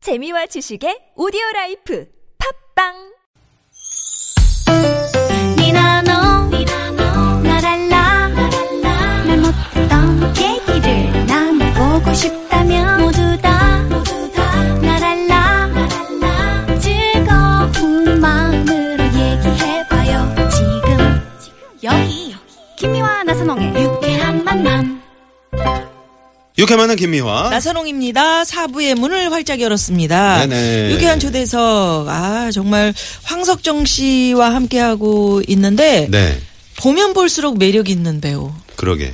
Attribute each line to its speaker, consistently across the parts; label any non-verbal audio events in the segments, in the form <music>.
Speaker 1: 재미와 지식의 오디오 라이프 팝빵
Speaker 2: 니나노 날 알라 말 못했던 얘기를 나눠보고 싶다면 모두 다날 알라 즐거운 마음으로 얘기해봐요 지금 여기 김미와 나선홍의 유쾌한 만남
Speaker 3: 유쾌만한 김미화.
Speaker 4: 나선홍입니다. 사부의 문을 활짝 열었습니다.
Speaker 3: 네네.
Speaker 4: 유쾌한 초대석. 아, 정말 황석정 씨와 함께하고 있는데
Speaker 3: 네,
Speaker 4: 보면 볼수록 매력 있는 배우. 음.
Speaker 3: 그러게.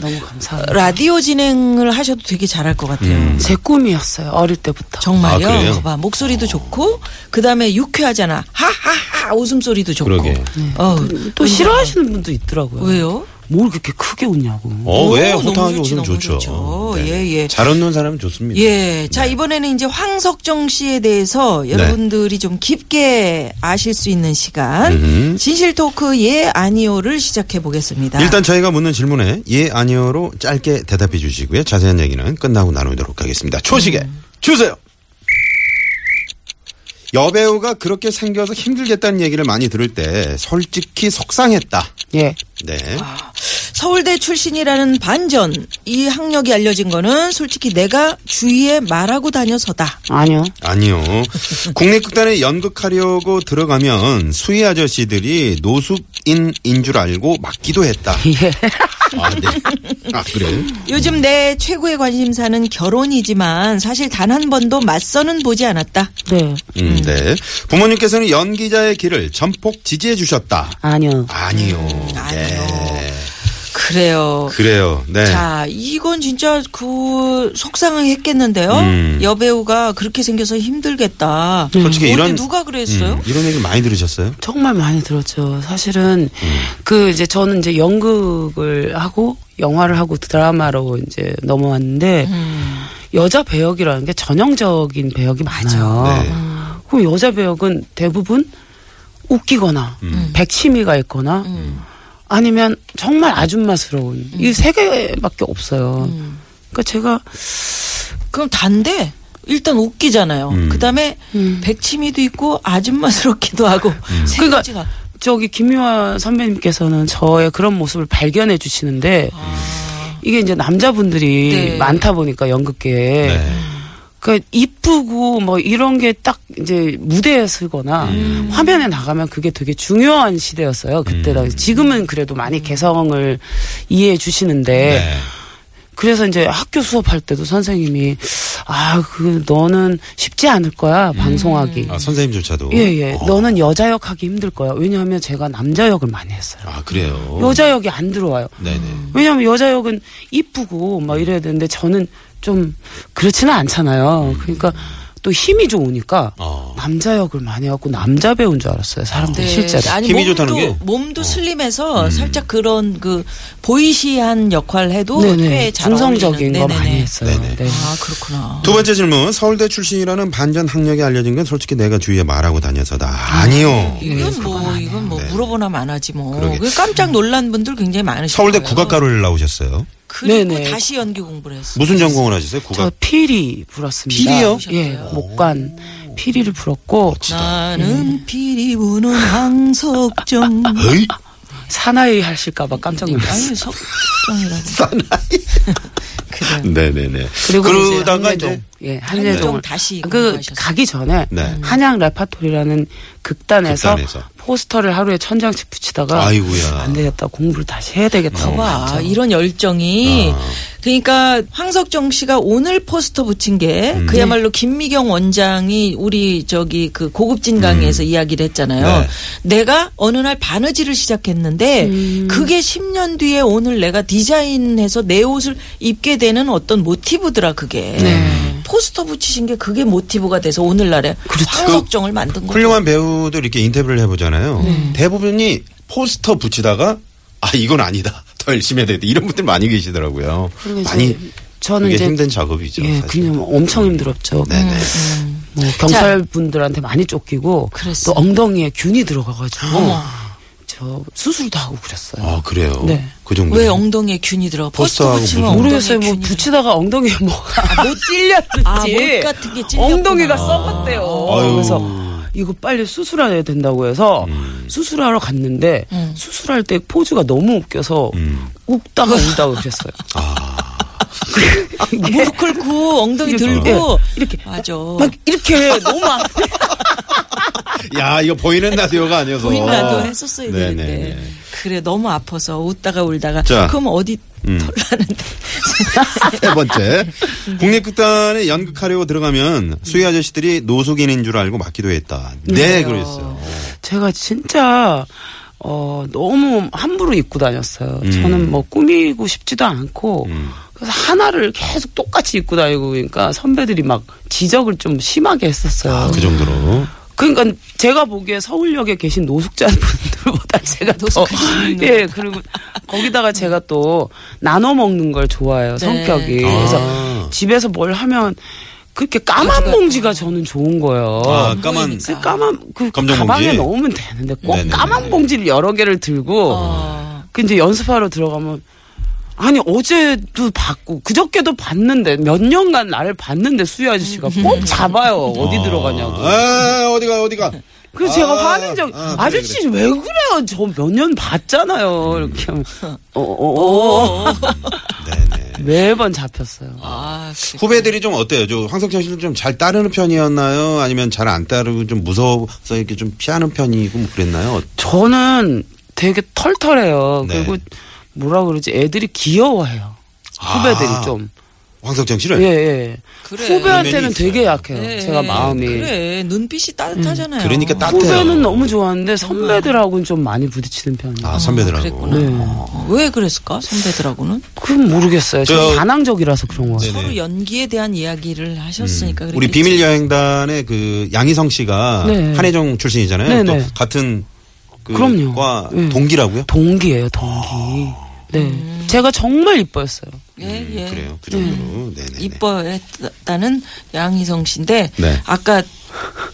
Speaker 5: 너무 감사합니다.
Speaker 4: 라디오 진행을 하셔도 되게 잘할 것 같아요.
Speaker 5: 제 꿈이었어요. 어릴 때부터.
Speaker 4: 정말요?
Speaker 3: 음. 아, 그래요?
Speaker 4: 거봐, 목소리도 좋고 그다음에 유쾌하잖아. 하하하 웃음소리도 좋고.
Speaker 3: 그러게.
Speaker 4: 어,
Speaker 5: 또 싫어하시는 분도 있더라고요.
Speaker 4: 왜요?
Speaker 5: 뭘 그렇게 크게 웃냐고.
Speaker 3: 어,
Speaker 4: 오,
Speaker 3: 왜
Speaker 4: 뭐, 너무
Speaker 3: 호탕하게
Speaker 4: 좋지,
Speaker 3: 웃으면
Speaker 4: 너무
Speaker 3: 좋죠.
Speaker 4: 좋죠.
Speaker 3: 네.
Speaker 4: 예, 예.
Speaker 3: 잘 웃는 사람은 좋습니다.
Speaker 4: 예. 자, 이번에는 이제 황석정 씨에 대해서
Speaker 3: 네.
Speaker 4: 여러분들이 좀 깊게 아실 수 있는 시간. 진실 토크 예, 아니오를 시작해 보겠습니다.
Speaker 3: 일단 저희가 묻는 질문에 예, 아니요로 짧게 대답해 주시고요. 자세한 얘기는 끝나고 나누도록 하겠습니다. 초식에
Speaker 4: 음.
Speaker 3: 주세요. 여배우가 그렇게 생겨서 힘들겠다는 얘기를 많이 들을 때 솔직히 속상했다.
Speaker 5: 예.
Speaker 3: 네.
Speaker 4: 아. 서울대 출신이라는 반전. 이 학력이 알려진 거는 솔직히 내가 주위에 말하고 다녀서다.
Speaker 5: 아니요.
Speaker 3: 아니요. 국립극단에 연극하려고 들어가면 수희 아저씨들이 노숙인인 줄 알고 맞기도 했다.
Speaker 5: 예.
Speaker 3: 아, 네. 아, 그래요?
Speaker 4: 요즘 내 최고의 관심사는 결혼이지만 사실 단 한 번도 맞서는 보지 않았다.
Speaker 5: 네.
Speaker 3: 음, 네. 부모님께서는 연기자의 길을 전폭 지지해 주셨다.
Speaker 5: 아니요.
Speaker 3: 아니요.
Speaker 4: 아니요.
Speaker 3: 네.
Speaker 4: 그래요.
Speaker 3: 그래요. 네.
Speaker 4: 자, 이건 진짜 그 속상했겠는데요.
Speaker 3: 음.
Speaker 4: 여배우가 그렇게 생겨서 힘들겠다.
Speaker 3: 솔직히
Speaker 4: 근데
Speaker 3: 이런-
Speaker 4: 누가 음, 그랬어요?
Speaker 3: 음, 이런 얘기 많이 들으셨어요?
Speaker 5: 정말 많이 들었죠. 사실은 그 이제 저는 이제 연극을 하고 영화를 하고 드라마로 이제 넘어왔는데 여자 배역이라는 게 전형적인 배역이 많아요.
Speaker 3: 네.
Speaker 5: 그럼 여자 배역은 대부분 웃기거나 백치미가 있거나 아니면 정말 아줌마스러운 이 세 개밖에 없어요. 그러니까 제가
Speaker 4: 그럼 단데 일단 웃기잖아요. 그다음에 백치미도 있고 아줌마스럽기도 하고
Speaker 3: 음.
Speaker 4: 세
Speaker 5: 그러니까
Speaker 4: 가지가
Speaker 5: 저기 김유아 선배님께서는 저의 그런 모습을 발견해 주시는데 이게 이제 남자분들이
Speaker 4: 네.
Speaker 5: 많다 보니까 연극계에
Speaker 3: 네.
Speaker 5: 그러니까 이쁘고 뭐 이런 게 딱 이제 무대에 서거나
Speaker 3: 음.
Speaker 5: 화면에 나가면 그게 되게 중요한 시대였어요 그때
Speaker 3: 음.
Speaker 5: 당시 지금은 그래도 많이 개성을 이해해 주시는데
Speaker 3: 네.
Speaker 5: 그래서 이제 학교 수업할 때도 선생님이 아 그 너는 쉽지 않을 거야 방송하기
Speaker 3: 아, 선생님조차도.
Speaker 5: 예예
Speaker 3: 어.
Speaker 5: 너는 여자 역 하기 힘들 거야 왜냐하면 제가 남자 역을 많이 했어요
Speaker 3: 아, 그래요.
Speaker 5: 여자 역이 안 들어와요
Speaker 3: 네네.
Speaker 5: 왜냐하면 여자 역은 이쁘고 막 이래야 되는데 저는 좀 그렇지는 않잖아요 그러니까 또 힘이 좋으니까
Speaker 3: 어.
Speaker 5: 남자 역을 많이 해갖고 남자 배우인 줄 알았어요 사람들이
Speaker 4: 네.
Speaker 5: 실제로
Speaker 4: 아니,
Speaker 3: 힘이
Speaker 4: 몸도,
Speaker 3: 좋다는 게? 어. 음.
Speaker 4: 몸도 슬림해서 살짝 그런 그 보이시한 역할 해도
Speaker 5: 네네
Speaker 4: 꽤잘
Speaker 5: 중성적인 거 많이 했어요
Speaker 3: 네네.
Speaker 5: 네.
Speaker 4: 아 그렇구나.
Speaker 3: 두 번째 질문. 서울대 출신이라는 반전 학력이 알려진 건 솔직히 내가 주위에 말하고 다녀서다. 아니요.
Speaker 5: 예,
Speaker 4: 이건 뭐 이건 뭐
Speaker 3: 네.
Speaker 4: 물어보나 안하지 뭐.
Speaker 3: 그러게.
Speaker 4: 그 깜짝 놀란 분들 굉장히 많으실
Speaker 3: 서울대
Speaker 4: 거예요.
Speaker 3: 국악과를 나오셨어요.
Speaker 4: 그리고
Speaker 5: 네네.
Speaker 4: 다시 연기 공부를 했어요.
Speaker 3: 무슨 전공을 하셨어요?
Speaker 5: 저
Speaker 3: 국악.
Speaker 5: 피리 불었습니다.
Speaker 3: 피리요? 아,
Speaker 5: 예, 목관 피리를 불었고 음.
Speaker 4: 나는 피리 부는
Speaker 5: <laughs>
Speaker 4: 황석정.
Speaker 3: 에이?
Speaker 5: 아. 사나이 하실까봐 깜짝 놀랐어요.
Speaker 4: 아니 석정이라고. <laughs> 그래.
Speaker 3: 네네네.
Speaker 5: 그리고
Speaker 3: 그러다가
Speaker 5: 이제
Speaker 3: 이제
Speaker 5: 한예종, 예,
Speaker 4: 한예종
Speaker 5: 한예종을
Speaker 4: 다시
Speaker 5: 그
Speaker 4: 공부하셨어요.
Speaker 5: 가기 전에
Speaker 3: 네.
Speaker 5: 한양 레파토리라는 극단에서,
Speaker 3: 극단에서.
Speaker 5: 포스터를 하루에 천 장씩 붙이다가
Speaker 3: 아이고야.
Speaker 5: 안 되겠다 공부를 다시 해야
Speaker 3: 아,
Speaker 5: 되겠다고 아,
Speaker 4: 봐 아, 이런 열정이 그러니까 황석정 씨가 오늘 포스터 붙인 게
Speaker 3: 음. 네.
Speaker 4: 그야말로 김미경 원장이 우리 저기 그 고급진 강의에서 이야기를 했잖아요.
Speaker 3: 음. 네.
Speaker 4: 내가 어느 날 바느질을 시작했는데
Speaker 5: 음.
Speaker 4: 그게 10년 뒤에 오늘 내가 디자인해서 내 옷을 입게 되는 어떤 모티브더라 그게.
Speaker 3: 네.
Speaker 4: 포스터 붙이신 게 그게 모티브가 돼서 오늘날에 황석정을 만든 거예요.
Speaker 3: 그렇죠. 그 훌륭한 배우들 이렇게 인터뷰를 해보잖아요.
Speaker 5: 네.
Speaker 3: 대부분이 포스터 붙이다가 아 이건 아니다. <laughs> 더 열심히 해야 되겠다. 이런 분들 많이 계시더라고요.
Speaker 5: 그리고 이제
Speaker 3: 많이
Speaker 5: 저는
Speaker 3: 그게
Speaker 5: 이제-
Speaker 3: 힘든 작업이죠.
Speaker 5: 예,
Speaker 3: 사실.
Speaker 5: 그냥 엄청 힘들었죠.
Speaker 3: 네네.
Speaker 5: 뭐 경찰 분들한테 많이 쫓기고
Speaker 4: 그랬어요.
Speaker 5: 또 엉덩이에 균이 들어가가지고 저 저 수술도 하고 그랬어요.
Speaker 3: 아 그래요.
Speaker 5: 네.
Speaker 3: 그 정도.
Speaker 4: 왜 엉덩이에 균이 들어? 포스터
Speaker 3: 포스터하고 그
Speaker 4: 붙이면
Speaker 3: 무슨-
Speaker 4: 엉덩이에
Speaker 5: 모르겠어요. 뭐
Speaker 4: 균이 들어.
Speaker 5: 붙이다가 엉덩이에 뭐가 못 <laughs> 찔렸는지
Speaker 4: 아, 못 같은 게 찔렸구나. 아.
Speaker 5: 엉덩이가 썩었대요.
Speaker 3: 아유.
Speaker 5: 그래서 이거 빨리 수술해야 된다고 해서
Speaker 4: 음.
Speaker 5: 수술하러 갔는데 수술할 때 포즈가 너무 웃겨서
Speaker 3: 음.
Speaker 5: 웃다가 울다가 그랬어요.
Speaker 4: 아.
Speaker 5: <laughs>
Speaker 4: 무릎 꿇고 엉덩이
Speaker 5: 이렇게,
Speaker 4: 들고
Speaker 5: 이렇게
Speaker 4: 맞아.
Speaker 5: 막 이렇게 너무 안
Speaker 3: 야 이거 보이는 라디오가 아니어서.
Speaker 4: 우리나도 했었어야
Speaker 3: 네네.
Speaker 4: 되는데 그래 너무 아파서 웃다가 울다가
Speaker 3: 자.
Speaker 4: 그럼 어디
Speaker 3: 음.
Speaker 4: 털나는데
Speaker 3: 세 번째 국립극단에 연극하려고 들어가면 수희 아저씨들이 노숙인인 줄 알고 맞기도 했다. 네 그랬어요.
Speaker 5: 제가 진짜 어 너무 함부로 입고 다녔어요.
Speaker 3: 음.
Speaker 5: 저는 뭐 꾸미고 싶지도 않고
Speaker 3: 음.
Speaker 5: 그래서 하나를 계속 똑같이 입고 다니고 그러니까 선배들이 막 지적을 좀 심하게 했었어요.
Speaker 3: 아, 그 정도로.
Speaker 5: 그러니까 제가 보기에 서울역에 계신 노숙자분들보다 <laughs> 제가 더
Speaker 4: 노숙하시는
Speaker 5: <laughs> 예, 그리고 거기다가 제가 또 나눠 먹는 걸 좋아해요,
Speaker 4: 네.
Speaker 5: 성격이.
Speaker 3: 아.
Speaker 5: 그래서 집에서 뭘 하면 그렇게 까만 봉지가 저는 좋은 거예요.
Speaker 3: 아 까만.
Speaker 5: 그 까만 그
Speaker 3: 검정
Speaker 5: 가방에
Speaker 3: 봉지?
Speaker 5: 넣으면 되는데 꼭
Speaker 3: 네네네.
Speaker 5: 까만 봉지를 여러 개를 들고 그 이제 연습하러 들어가면 아니 어제도 봤고 그저께도 봤는데 몇 년간 나를 봤는데 수희 아저씨가 꼭 잡아요 어디 들어가냐고
Speaker 3: 아 어디가 어디가.
Speaker 5: 그래서
Speaker 3: 아,
Speaker 5: 제가 화낸 적
Speaker 3: 아, 그래, 음.
Speaker 5: 아, 저씨왜 그래요 저 몇 년 봤잖아요 이렇게 하면 어, 어, 어.
Speaker 3: 네네.
Speaker 5: 매번 잡혔어요
Speaker 4: 아
Speaker 3: 후배들이 좀 어때요? 저 황석찬 씨는 좀 잘 따르는 편이었나요? 아니면 잘 안 따르고 좀 무서워서 이렇게 좀 피하는 편이고 뭐 그랬나요?
Speaker 5: 저는 되게 털털해요
Speaker 3: 네.
Speaker 5: 그리고 뭐라 그러지 애들이 귀여워해요 후배들이
Speaker 3: 아. 네.
Speaker 5: 좀
Speaker 3: 황석찬 씨를?
Speaker 5: 예, 예.
Speaker 4: 그래.
Speaker 5: 후배한테는
Speaker 3: 면이 있어요.
Speaker 5: 되게 약해요.
Speaker 4: 예,
Speaker 5: 제가
Speaker 4: 예.
Speaker 5: 마음이.
Speaker 4: 그래 눈빛이 따뜻하잖아요.
Speaker 3: 그러니까 따- 같아요.
Speaker 5: 후배는 너무 좋아하는데 선배들하고는 좀 많이 부딪히는 편이에요.
Speaker 3: 아 선배들하고.
Speaker 4: 그랬구나.
Speaker 5: 네.
Speaker 4: 왜 그랬을까 선배들하고는
Speaker 5: 그건 모르겠어요.
Speaker 3: 저-
Speaker 5: 저는 반항적이라서 그런 거예요.
Speaker 3: 네네. 음.
Speaker 4: 서로 연기에 대한 이야기를 하셨으니까
Speaker 3: 우리
Speaker 4: 그랬겠지.
Speaker 3: 비밀 여행단의 그 양희성 씨가
Speaker 5: 그러니까 네.
Speaker 3: 한혜정 출신이잖아요.
Speaker 5: 네,
Speaker 3: 또
Speaker 5: 네.
Speaker 3: 같은 그
Speaker 5: 그럼요.
Speaker 3: 과
Speaker 5: 네.
Speaker 3: 동기라고요?
Speaker 5: 동기예요, 동기.
Speaker 4: 아.
Speaker 5: 네.
Speaker 4: 음.
Speaker 5: 제가 정말 이뻐했어요.
Speaker 4: 예, 예.
Speaker 5: 네.
Speaker 3: 그래요. 그 정도로. 네네.
Speaker 4: 이뻐했다는 양희성 씨인데
Speaker 3: 네.
Speaker 4: 아까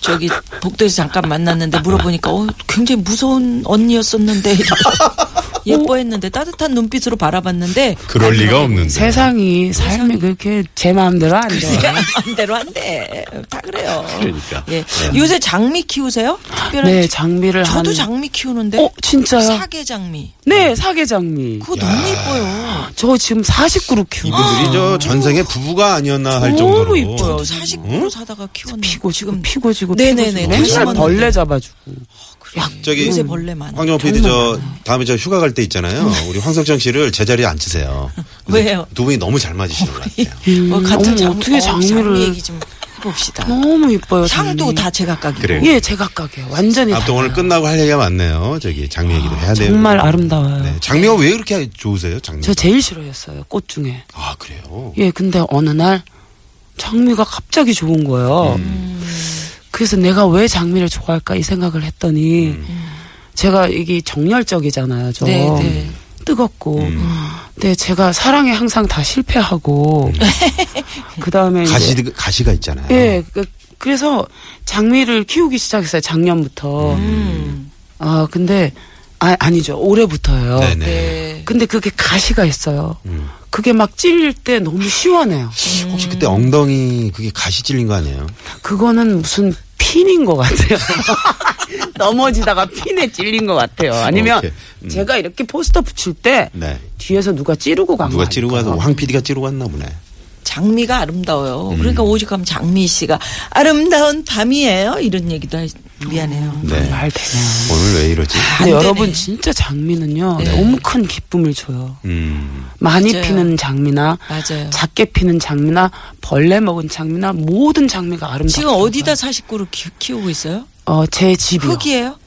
Speaker 4: 저기 복도에서 잠깐 만났는데 물어보니까 어, 굉장히 무서운 언니였었는데 이러고
Speaker 3: <laughs>
Speaker 4: 예뻐했는데 따뜻한 눈빛으로 바라봤는데
Speaker 3: 그럴 리가 없는데.
Speaker 5: 세상이 삶이 그렇게 제 마음대로 안 돼요.
Speaker 4: 내 마음대로 안 돼. 다 그래요.
Speaker 3: 그러니까.
Speaker 4: 예. 요새 장미 키우세요? 특별한
Speaker 5: 네,
Speaker 4: 지-
Speaker 5: 장미를
Speaker 4: 저도
Speaker 5: 한-
Speaker 4: 장미 키우는데
Speaker 5: 어, 진짜요?
Speaker 4: 사계 장미.
Speaker 5: 네, 사계 장미.
Speaker 4: 그거 너무 예뻐요.
Speaker 5: 저 지금 40그루 키우고
Speaker 3: 이분들이 저 전생에 부부가 아니었나 할
Speaker 5: 아. 너무
Speaker 3: 정도로.
Speaker 5: 이뻐요.
Speaker 4: 저도 40kg 사다가 키웠는데
Speaker 5: 피고 지금
Speaker 4: 지금
Speaker 5: 피고 지고
Speaker 4: 네네네,
Speaker 5: 피고 지고.
Speaker 4: 네.
Speaker 5: 맨날
Speaker 4: 심었는데.
Speaker 5: 벌레 잡아주고.
Speaker 3: 저기
Speaker 4: 요새 벌레 많아.
Speaker 3: 황정호 PD 저 다음에 저 휴가 갈 때 있잖아요.
Speaker 5: 네.
Speaker 3: 우리 황석정 씨를 제자리에 앉히세요. 근데
Speaker 4: 왜요?
Speaker 3: 두 분이 너무 잘 맞으시는 것
Speaker 5: <laughs>
Speaker 3: 같아요.
Speaker 5: 네.
Speaker 4: 뭐 같은
Speaker 5: 어머,
Speaker 4: 장미,
Speaker 5: 어떻게
Speaker 4: 어,
Speaker 5: 장미를- 어?
Speaker 4: 장미 얘기 좀 해봅시다.
Speaker 5: 너무 이뻐요.
Speaker 4: 향도
Speaker 5: 장미.
Speaker 4: 다 제각각이고.
Speaker 3: 그래요.
Speaker 5: 예, 제각각이에요. 완전히
Speaker 3: 아, 또
Speaker 5: 달라요.
Speaker 3: 오늘 끝나고 할 얘기가 많네요. 저기 장미 얘기도 해야 돼요.
Speaker 5: 아, 정말 아름다워요.
Speaker 3: 네. 장미가 왜 그렇게 좋으세요? 장미.
Speaker 5: 저 제일 싫어했어요. 꽃 중에.
Speaker 3: 아, 그래요?
Speaker 5: 예, 근데 어느 날 장미가 갑자기 좋은 거예요.
Speaker 3: 음.
Speaker 5: 그래서 내가 왜 장미를 좋아할까 이 생각을 했더니
Speaker 3: 음.
Speaker 5: 제가 이게 정열적이잖아요. 저
Speaker 4: 네, 네.
Speaker 5: 뜨겁고.
Speaker 3: 음.
Speaker 5: 근데 제가 사랑에 항상 다 실패하고 그다음에 이제-
Speaker 3: 가시, 가시가 있잖아요.
Speaker 5: 예. 그, 래서 장미를 키우기 시작했어요. 작년부터.
Speaker 4: 음.
Speaker 5: 아, 근데 아, 아니죠. 올해부터예요.
Speaker 3: 네네. 음.
Speaker 4: 네.
Speaker 5: 근데 그게 가시가 있어요. 그게 막 찔릴 때 너무 시원해요.
Speaker 4: 음.
Speaker 3: 혹시 그때 엉덩이 그게 가시 찔린 거 아니에요?
Speaker 5: 그거는 무슨 핀인 것 같아요. <laughs> 넘어지다가 핀에 찔린 것 같아요. 아니면
Speaker 3: 오케이. 음.
Speaker 5: 제가 이렇게 포스터 붙일 때
Speaker 3: 네.
Speaker 5: 뒤에서 누가 찌르고 간
Speaker 3: 누가
Speaker 5: 거
Speaker 3: 찌르고
Speaker 5: 아닐까요?
Speaker 3: 와서 황 PD가 찌르고 왔나 보네.
Speaker 4: 장미가 아름다워요.
Speaker 3: 음.
Speaker 4: 그러니까 오직하면 장미 씨가 아름다운 밤이에요. 이런 얘기도 하... 미안해요.
Speaker 3: 네.
Speaker 5: 말 되네요.
Speaker 3: 오늘 왜 이러지?
Speaker 5: 근데
Speaker 4: 안 되네.
Speaker 5: 여러분 진짜 장미는요
Speaker 3: 네.
Speaker 5: 너무 큰 기쁨을 줘요.
Speaker 3: 음.
Speaker 5: 많이
Speaker 4: 맞아요.
Speaker 5: 피는 장미나
Speaker 4: 맞아요.
Speaker 5: 작게 피는 장미나 벌레 먹은 장미나 모든 장미가 아름답죠.
Speaker 4: 지금 어디다 40kg 키- 키우고 있어요?
Speaker 5: 어, 제 집이요.
Speaker 4: 흙이에요?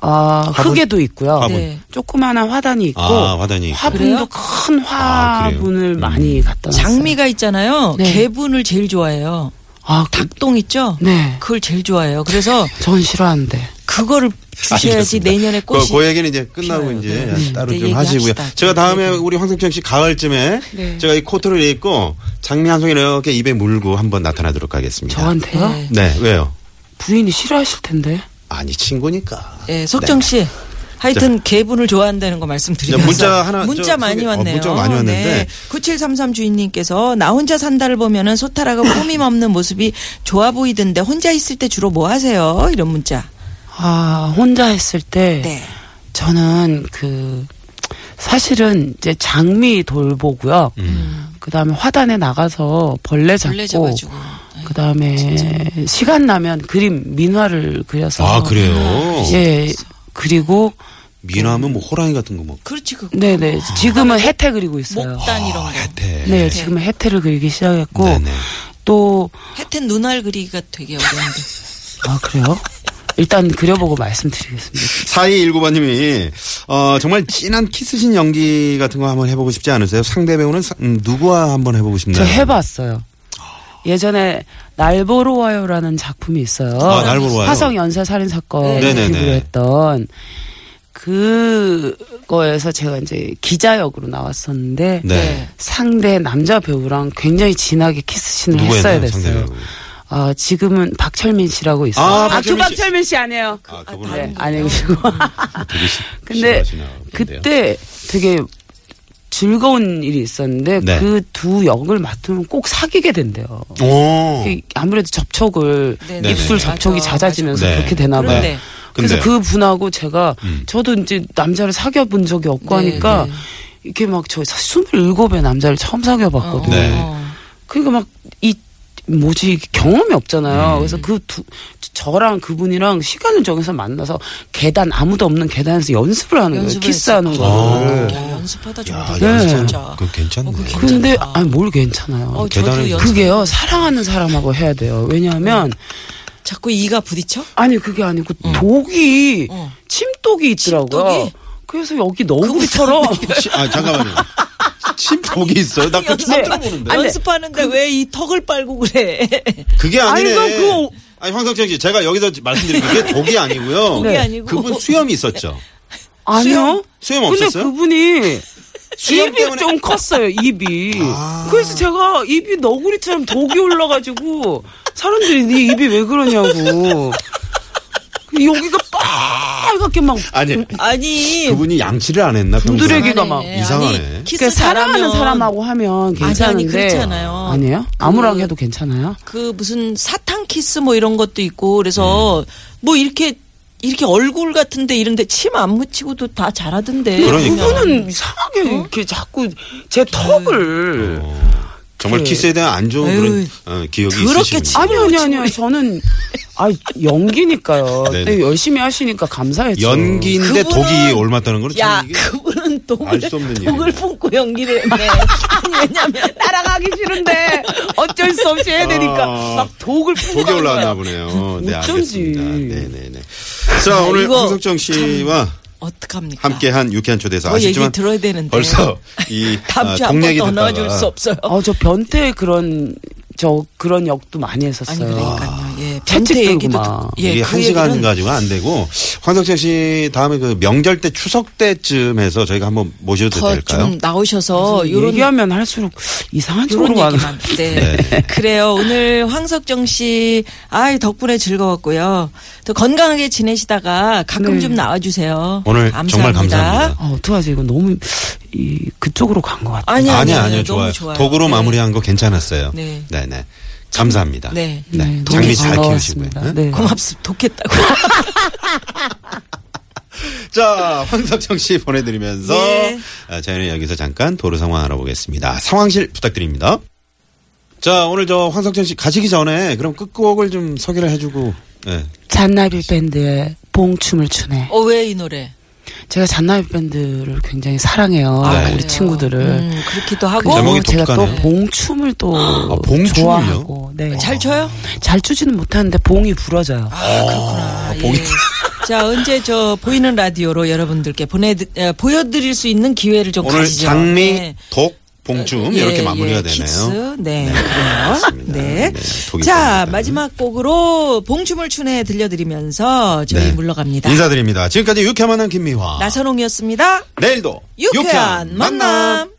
Speaker 5: 어,
Speaker 3: 화분?
Speaker 5: 흙에도 있고요.
Speaker 3: 화분.
Speaker 4: 네.
Speaker 5: 조그마한 화단이 있고
Speaker 3: 아, 화단이 있고.
Speaker 5: 화분도
Speaker 4: 그래요?
Speaker 5: 큰
Speaker 3: 아, 그래요?
Speaker 5: 화분을 많이 갖다 놨어요.
Speaker 4: 장미가 있잖아요.
Speaker 5: 네.
Speaker 4: 개분을 제일 좋아해요.
Speaker 5: 아, 그-
Speaker 4: 닭똥 있죠?
Speaker 5: 네.
Speaker 4: 그걸 제일 좋아해요. 그래서
Speaker 5: 전 싫어하는데.
Speaker 4: 그거를
Speaker 3: 아,
Speaker 4: 주셔야지
Speaker 3: 알겠습니다.
Speaker 4: 내년에 꽃이
Speaker 3: 그, 그 얘기는 이제 끝나고
Speaker 4: 피어요.
Speaker 3: 이제
Speaker 4: 네.
Speaker 3: 따로
Speaker 4: 네,
Speaker 3: 좀
Speaker 4: 얘기합시다.
Speaker 3: 하시고요. 제가 다음에
Speaker 4: 네.
Speaker 3: 우리 황성평 씨 가을쯤에
Speaker 5: 네.
Speaker 3: 제가 이 코트를 입고 장미 한 송이 이렇게 입에 물고 한번 나타나도록 하겠습니다.
Speaker 5: 저한테요?
Speaker 4: 네.
Speaker 3: 네, 왜요?
Speaker 5: 부인이 싫어하실 텐데.
Speaker 3: 아니, 친구니까. 네.
Speaker 4: 예, 석정 씨 하여튼 개분을 좋아한다는 거 말씀드리면서
Speaker 3: 자, 문자 하나
Speaker 4: 문자
Speaker 3: 저
Speaker 4: 많이
Speaker 3: 소개- 어,
Speaker 4: 왔네요.
Speaker 3: 문자가 많이 왔는데.
Speaker 4: 9733 주인님께서 나 혼자 산다를 보면은 소타라가 꾸밈 없는 모습이 좋아 보이던데 혼자 있을 때 주로 뭐 하세요? 이런 문자.
Speaker 5: 아, 혼자 했을 때
Speaker 4: 네.
Speaker 5: 저는 그 사실은 이제 장미 돌보고요. 그다음에 화단에 나가서 벌레 잡고
Speaker 4: 벌레 잡아주고. 네.
Speaker 5: 그다음에 시간 나면 그림 민화를 그려서
Speaker 3: 아 그래요.
Speaker 5: 예. 그리고
Speaker 3: 미나하면 뭐 호랑이 같은 거 뭐.
Speaker 4: 그렇지 그
Speaker 5: 네, 네. 지금은 해태 그리고 있어요.
Speaker 4: 목단 이런
Speaker 3: 아,
Speaker 4: 거.
Speaker 3: 혜태.
Speaker 5: 네, 지금은 해태를 그리기 시작했고
Speaker 3: 네네.
Speaker 5: 또
Speaker 4: 하여튼 눈알 그리기가 되게
Speaker 3: 네.
Speaker 4: 어려운데.
Speaker 5: 아, 그래요? 일단 그려보고 말씀드리겠습니다.
Speaker 3: 4219번님이 어, 정말 진한 키스신 연기 같은 거 한번 해보고 싶지 않으세요? 상대 배우는 사- 음, 누구와 한번 해보고
Speaker 5: 저
Speaker 3: 싶나요?
Speaker 5: 해봤어요. 예전에 날 보러 와요라는 작품이 있어요.
Speaker 3: 아, 날 보러 와요.
Speaker 5: 화성 연쇄 살인 사건
Speaker 3: 네네네.
Speaker 5: 기부로 했던 그거에서 제가 이제 기자 역으로 나왔었는데
Speaker 3: 네.
Speaker 5: 상대 남자 배우랑 굉장히 진하게 키스신을 했어야
Speaker 3: 누구였나요? 상대
Speaker 5: 됐어요.
Speaker 3: 배우.
Speaker 5: 아, 지금은 박철민 씨라고 있어요.
Speaker 3: 아,
Speaker 5: 아, 그
Speaker 3: 박철민 씨.
Speaker 5: 박철민 씨 아니에요.
Speaker 3: 아,
Speaker 5: 네,
Speaker 3: 그분은
Speaker 5: 아니시고. <laughs>
Speaker 3: 되게 시,
Speaker 5: 근데
Speaker 3: 싫어하시나 본데요.
Speaker 5: 그때 되게 즐거운 일이 있었는데
Speaker 3: 네. 어.
Speaker 5: 그 두 역을 맡으면 꼭 사귀게 된대요.
Speaker 3: 오.
Speaker 5: 그 아무래도 접촉을
Speaker 4: 네네.
Speaker 5: 입술
Speaker 4: 네네.
Speaker 5: 접촉이
Speaker 4: 맞아,
Speaker 5: 잦아지면서
Speaker 3: 맞아.
Speaker 5: 그렇게 되나 봐요.
Speaker 3: 네.
Speaker 4: 그런데
Speaker 5: 그래서
Speaker 3: 근데.
Speaker 5: 그 분하고 제가
Speaker 3: 음.
Speaker 5: 저도 이제 남자를 사귀어 본 적이 없고
Speaker 4: 네,
Speaker 5: 하니까
Speaker 4: 네.
Speaker 5: 이렇게 막 저 27에 남자를 처음 사귀어
Speaker 4: 어,
Speaker 5: 봤거든요.
Speaker 3: 네.
Speaker 4: 어.
Speaker 5: 그러니까 막 이 뭐지 경험이 없잖아요. 그래서 그 두 저랑 그분이랑 시간을 정해서 만나서 계단 아무도 없는 계단에서 연습을 하는 거예요.
Speaker 4: 연습을
Speaker 5: 키스하는
Speaker 4: 했어.
Speaker 5: 거를.
Speaker 4: 야, 연습하다 좀
Speaker 3: 야,
Speaker 4: 되게
Speaker 5: 네.
Speaker 3: 연습
Speaker 4: 진짜.
Speaker 3: 그 괜찮네.
Speaker 4: 어, 그 괜-
Speaker 5: 근데
Speaker 4: 괜찮다.
Speaker 5: 아니 뭘 괜찮아요.
Speaker 4: 어, 저도
Speaker 3: 계단을
Speaker 4: 연
Speaker 5: 그게요 사랑하는 사람하고 해야 돼요. 왜냐하면
Speaker 4: 자꾸 이가 부딪혀?
Speaker 5: 아니 그게 아니고 독이
Speaker 4: 어.
Speaker 5: 침독이 있더라고요.
Speaker 4: 침독이?
Speaker 5: 그래서 여기 너구리처럼
Speaker 3: 치- 아,
Speaker 5: <laughs>
Speaker 3: 잠깐만요. 침복이 있어요? 나 그거 처음
Speaker 5: 연습-
Speaker 3: 들어보는데.
Speaker 5: 아니,
Speaker 4: 연습하는데 왜 이 턱을 빨고 그래?
Speaker 5: <laughs>
Speaker 3: 그게 아니네.
Speaker 5: 아니, 그거-
Speaker 3: 아니, 황석정 씨, 제가 여기서 말씀드린 게 독이 아니고요.
Speaker 5: <laughs>
Speaker 4: 독이 아니고.
Speaker 3: 그분 수염이 있었죠.
Speaker 5: 아니요.
Speaker 3: 수염
Speaker 5: 근데
Speaker 3: 없었어요?
Speaker 5: 그분이
Speaker 3: <laughs> 수염
Speaker 5: 입이
Speaker 3: 때문에- 아.
Speaker 5: 좀 컸어요, 입이. 그래서 제가 입이 너구리처럼 독이 올라가지고 사람들이 네 입이 왜 그러냐고. 근데 여기가 빨갛게 막
Speaker 3: 아니,
Speaker 4: 아니
Speaker 3: 그분이 양치를 안 했나? 평소에?
Speaker 5: 분들에게 가 막.
Speaker 4: 아니,
Speaker 3: 이상하네.
Speaker 4: 키스
Speaker 5: 그러니까 사랑하는
Speaker 4: 잘하면
Speaker 5: 사람하고 하면 괜찮은데
Speaker 4: 아니, 그렇지 않아요.
Speaker 5: 에요
Speaker 4: 그-
Speaker 5: 아무랑 해도 괜찮아요?
Speaker 4: 그 무슨 사탕 키스 뭐 이런 것도 있고
Speaker 3: 음.
Speaker 4: 그래서 뭐 이렇게 이렇게 얼굴 같은데 이런데 침 안 묻히고도 다 잘하던데.
Speaker 3: 그러니까.
Speaker 5: 그분은 이상하게
Speaker 4: 네.
Speaker 5: 이렇게 자꾸 제 턱을
Speaker 3: 정말
Speaker 5: 그-
Speaker 3: 키스에 대한 안 좋은
Speaker 4: 에휴,
Speaker 3: 그런 어, 기억이
Speaker 4: 더럽게
Speaker 3: 있으시군요.
Speaker 4: 치-
Speaker 5: 아니 아니
Speaker 4: 네.
Speaker 5: 아니요 저는 아 연기니까요
Speaker 3: 네네.
Speaker 5: 근데 열심히 하시니까 감사했죠
Speaker 3: 연기인데
Speaker 4: 그분은-
Speaker 3: 독이 올맞다는 거는 참
Speaker 4: 야,
Speaker 3: 이게
Speaker 4: 그분은 독을,
Speaker 3: 알수 없는 일이네.
Speaker 4: 독을 품고 연기를
Speaker 3: <laughs>
Speaker 4: 했네. 아니, 왜냐면,
Speaker 5: 따라가기 싫은데 어쩔 수 없이 해야 되니까
Speaker 3: 아.
Speaker 5: 막 독을
Speaker 3: 독이
Speaker 5: 풀고
Speaker 3: 올라왔나 보네요. 네,
Speaker 5: 어쩐지.
Speaker 3: 알겠습니다. 네네네. 자, 오늘
Speaker 4: 아, 이거
Speaker 3: 황석정 씨와
Speaker 4: 어떡합니까?
Speaker 3: 함께한 유쾌한 초대사
Speaker 4: 더
Speaker 3: 아쉽지만
Speaker 4: 얘기 들어야 되는데.
Speaker 3: 벌써 이
Speaker 4: <laughs> 다음 주에
Speaker 3: 아, 동네
Speaker 4: 한번
Speaker 3: 얘기
Speaker 4: 더
Speaker 3: 듣다가
Speaker 4: 넣어줄 수 없어요.
Speaker 5: 어저 변태 그런 저 그런 역도
Speaker 4: 아니,
Speaker 5: 많이 했었어요
Speaker 4: 그러니까요. 예.
Speaker 5: 채찍
Speaker 4: 변태 얘기도
Speaker 5: 들고
Speaker 4: 듣고.
Speaker 5: 막.
Speaker 4: 예,
Speaker 3: 이게
Speaker 4: 그
Speaker 3: 한 시간
Speaker 4: 얘기는
Speaker 3: 가지고 안 되고 황석정 씨 다음에 그 명절 때 추석 때쯤해서 저희가 한번 모셔도
Speaker 4: 더
Speaker 3: 될까요?
Speaker 4: 좀 나오셔서 요런
Speaker 5: 얘기하면 할수록 이상한
Speaker 4: 요런
Speaker 5: 쪽으로 가는
Speaker 4: 얘기만.
Speaker 3: <laughs>
Speaker 4: 네. 그래요. 오늘 황석정 씨, 아이, 덕분에 즐거웠고요. 또 건강하게 지내시다가 가끔 좀 나와주세요.
Speaker 3: 네. 오늘 정말 감사합니다.
Speaker 5: 아 어떡하지 이거 너무 이 그쪽으로 간 것 같아
Speaker 4: 아니, 아니,
Speaker 3: 아니요,
Speaker 4: 아니,
Speaker 3: 아니요,
Speaker 4: 너무
Speaker 3: 좋아요.
Speaker 4: 좋아요.
Speaker 3: 도구로
Speaker 4: 네.
Speaker 3: 마무리한 거 괜찮았어요.
Speaker 4: 네.
Speaker 3: 네, 네, 감사합니다.
Speaker 4: 네.
Speaker 3: 네, 장미 잘 키우시고요. 네?
Speaker 5: 네.
Speaker 4: 고맙습니다.
Speaker 3: <laughs>
Speaker 4: 돕겠다고.
Speaker 3: 자, 황석정 씨 보내드리면서
Speaker 4: 네.
Speaker 3: 아, 저희는 여기서 잠깐 도로 상황 알아보겠습니다. 상황실 부탁드립니다. 자, 오늘 저 황석정 씨 가시기 전에 그럼 끝곡을 좀 소개를 해주고. 네.
Speaker 5: 잔나비 밴드의 봉춤을 추네
Speaker 4: 어, 왜 이 노래?
Speaker 5: 제가 잔나비 밴드를 굉장히 사랑해요
Speaker 3: 아,
Speaker 5: 우리
Speaker 4: 그래요?
Speaker 5: 친구들을
Speaker 4: 음, 그렇기도 하고.
Speaker 3: 제목이
Speaker 5: 그리고 제가 또
Speaker 3: 독특하네. 아,
Speaker 5: 봉춤을 또
Speaker 3: 봉춤을요?
Speaker 5: 좋아하고 네.
Speaker 4: 잘 쳐요?
Speaker 5: 잘 추지는 못하는데 봉이 부러져요.
Speaker 4: 아, 예. 자, 언제 저 보이는 라디오로 여러분들께 보내 에, 보여드릴 수 있는 기회를 좀
Speaker 3: 오늘
Speaker 4: 어, 가지죠.
Speaker 3: 장미,
Speaker 4: 네.
Speaker 3: 독, 봉춤
Speaker 4: 예,
Speaker 3: 이렇게 마무리가
Speaker 4: 예,
Speaker 3: 되네요.
Speaker 4: 키스. 네.
Speaker 3: 맞습니다.
Speaker 4: 네.
Speaker 3: 네, 독이
Speaker 4: 자,
Speaker 3: 됩니다.
Speaker 4: 마지막 곡으로 봉춤을 추네 들려드리면서 저희
Speaker 3: 네.
Speaker 4: 물러갑니다.
Speaker 3: 인사드립니다. 지금까지 유쾌한 만남 김미화.
Speaker 4: 나선홍이었습니다.
Speaker 3: 내일도
Speaker 4: 유쾌한 만남.